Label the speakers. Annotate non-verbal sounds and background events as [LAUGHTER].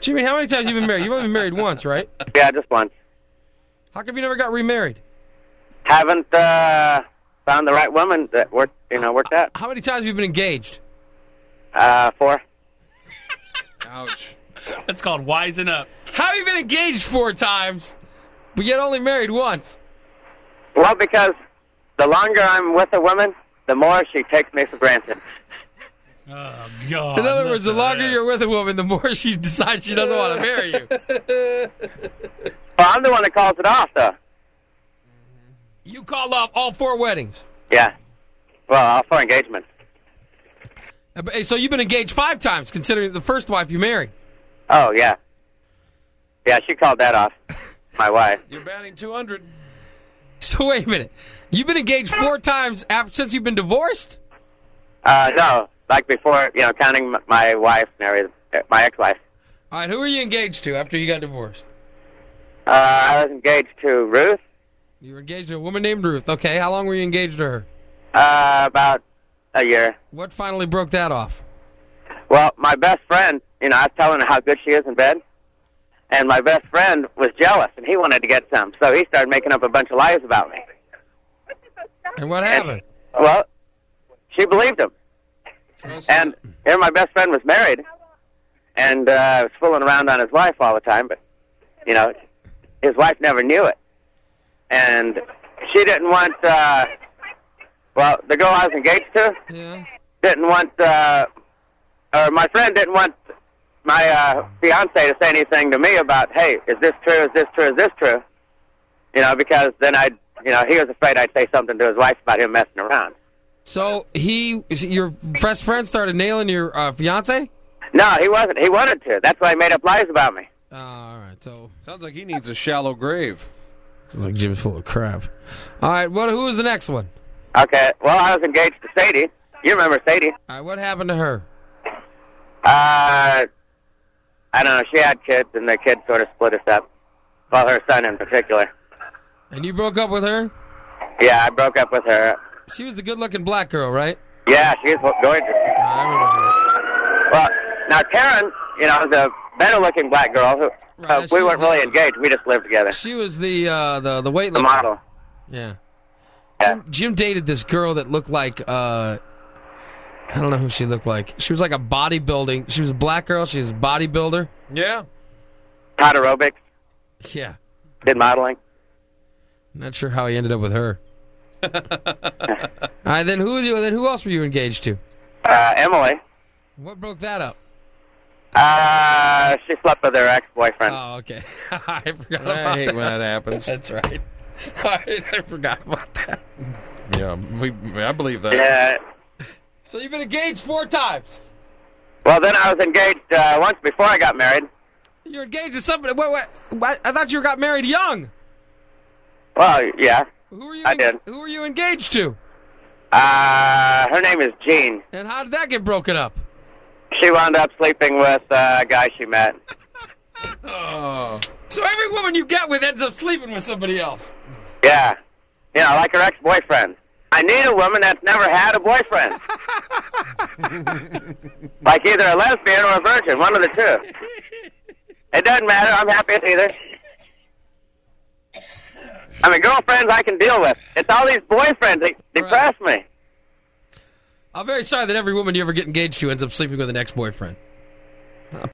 Speaker 1: Jimmy, how many times have you been married? You've only been married once, right?
Speaker 2: Yeah, just once.
Speaker 1: How come you never got remarried?
Speaker 2: Haven't uh, found the right woman that worked, you know, worked out.
Speaker 1: How many times have you been engaged?
Speaker 2: Uh, four.
Speaker 3: Ouch.
Speaker 4: That's called wising up.
Speaker 1: How have you been engaged four times, but yet only married once?
Speaker 2: Well, because the longer I'm with a woman, the more she takes me for granted.
Speaker 4: Oh, God.
Speaker 1: In other words, the
Speaker 4: listen to
Speaker 1: longer
Speaker 4: this.
Speaker 1: you're with a woman, the more she decides she doesn't want to marry you.
Speaker 2: Well, I'm the one that calls it off, though.
Speaker 1: You called off all four weddings.
Speaker 2: Yeah. Well, all four engagements.
Speaker 1: Uh, but- So you've been engaged five times, considering the first wife you married.
Speaker 2: Oh, yeah. Yeah, she called that off. My wife.
Speaker 3: You're batting 200.
Speaker 1: So wait a minute. You've been engaged four times after, since you've been divorced?
Speaker 2: Uh, no, like before, you know, counting m- my wife and everything, my ex-wife.
Speaker 1: All right, who were you engaged to after you got divorced?
Speaker 2: Uh, I was engaged to Ruth
Speaker 1: You were engaged to a woman named Ruth. Okay, how long were you engaged to her?
Speaker 2: uh, about a year.
Speaker 1: What finally broke that off?
Speaker 2: Well, my best friend, you know, I was telling her how good she is in bed, and my best friend was jealous, and he wanted to get some, so he started making up a bunch of lies about me.
Speaker 1: And what happened?
Speaker 2: Well, she believed him,
Speaker 3: Trust
Speaker 2: and here my best friend was married, and uh, was fooling around on his wife all the time, but you know, his wife never knew it, and she didn't want. Uh, well, the girl I was engaged to
Speaker 1: Yeah.
Speaker 2: didn't want. Uh, or my friend didn't want my uh, fiance to say anything to me about, hey, is this true? Is this true? Is this true? You know, because then I'd, you know, he was afraid I'd say something to his wife about him messing around.
Speaker 1: So he, is it your best friend started nailing your uh, fiance?
Speaker 2: No, he wasn't. He wanted to. That's why he made up lies about me.
Speaker 1: Uh, all right, so
Speaker 3: Sounds like he needs a shallow grave.
Speaker 1: sounds like Jim's full of crap. All right, what? Who was the next one?
Speaker 2: Okay. Well, I was engaged to Sadie. You remember Sadie?
Speaker 1: All right, what happened to her?
Speaker 2: Uh, I don't know. She had kids, and the kids sort of split us up. Well, her son in particular.
Speaker 1: And you broke up with her?
Speaker 2: Yeah, I broke up with her.
Speaker 1: She was the good-looking black girl, right?
Speaker 2: Yeah, she's gorgeous.
Speaker 1: Uh, I remember her.
Speaker 2: Well, now Karen, you know, is a better-looking black girl. Who,
Speaker 1: Right,
Speaker 2: uh,
Speaker 1: she
Speaker 2: we
Speaker 1: was
Speaker 2: weren't
Speaker 1: a-
Speaker 2: really engaged. We just lived together.
Speaker 1: She was the uh, the the
Speaker 2: The
Speaker 1: weightlifter.
Speaker 2: model.
Speaker 1: Yeah.
Speaker 2: Yeah.
Speaker 1: Jim, Jim dated this girl that looked like uh, I don't know who she looked like. She was like a bodybuilding. She was a black girl. She was a bodybuilder.
Speaker 3: Yeah.
Speaker 2: Taught aerobics.
Speaker 1: Yeah.
Speaker 2: Did modeling.
Speaker 1: Not sure how he ended up with
Speaker 2: [LAUGHS]
Speaker 1: her. All right, then who then who else were you engaged to?
Speaker 2: Uh, Emily.
Speaker 1: What broke that up?
Speaker 2: Uh, she slept with her ex-boyfriend.
Speaker 1: Oh, okay. [LAUGHS] I forgot
Speaker 3: I
Speaker 1: about
Speaker 3: hate
Speaker 1: that.
Speaker 3: when
Speaker 1: [LAUGHS]
Speaker 3: that happens.
Speaker 1: That's right. All right, I forgot about that.
Speaker 3: Yeah, we, I believe that.
Speaker 2: Yeah.
Speaker 1: So you've been engaged four times.
Speaker 2: Well, then I was engaged uh, once before I got married.
Speaker 1: You're engaged to somebody. Wait, wait. what? I thought you got married young.
Speaker 2: Well, yeah.
Speaker 1: Who were you?
Speaker 2: I did.
Speaker 1: Who were you engaged to?
Speaker 2: Uh, her name is Jean.
Speaker 1: And how did that get broken up?
Speaker 2: She wound up sleeping with uh, a guy she met.
Speaker 3: Oh.
Speaker 1: So every woman you get with ends up sleeping with somebody else.
Speaker 2: Yeah. You know, like her ex-boyfriend. I need a woman that's never had a boyfriend. like either a lesbian or a virgin, one of the two. It doesn't matter. I'm happy with either. I mean, girlfriends I can deal with. It's all these boyfriends that depress me.
Speaker 1: I'm very sorry that every woman you ever get engaged to ends up sleeping with an ex-boyfriend.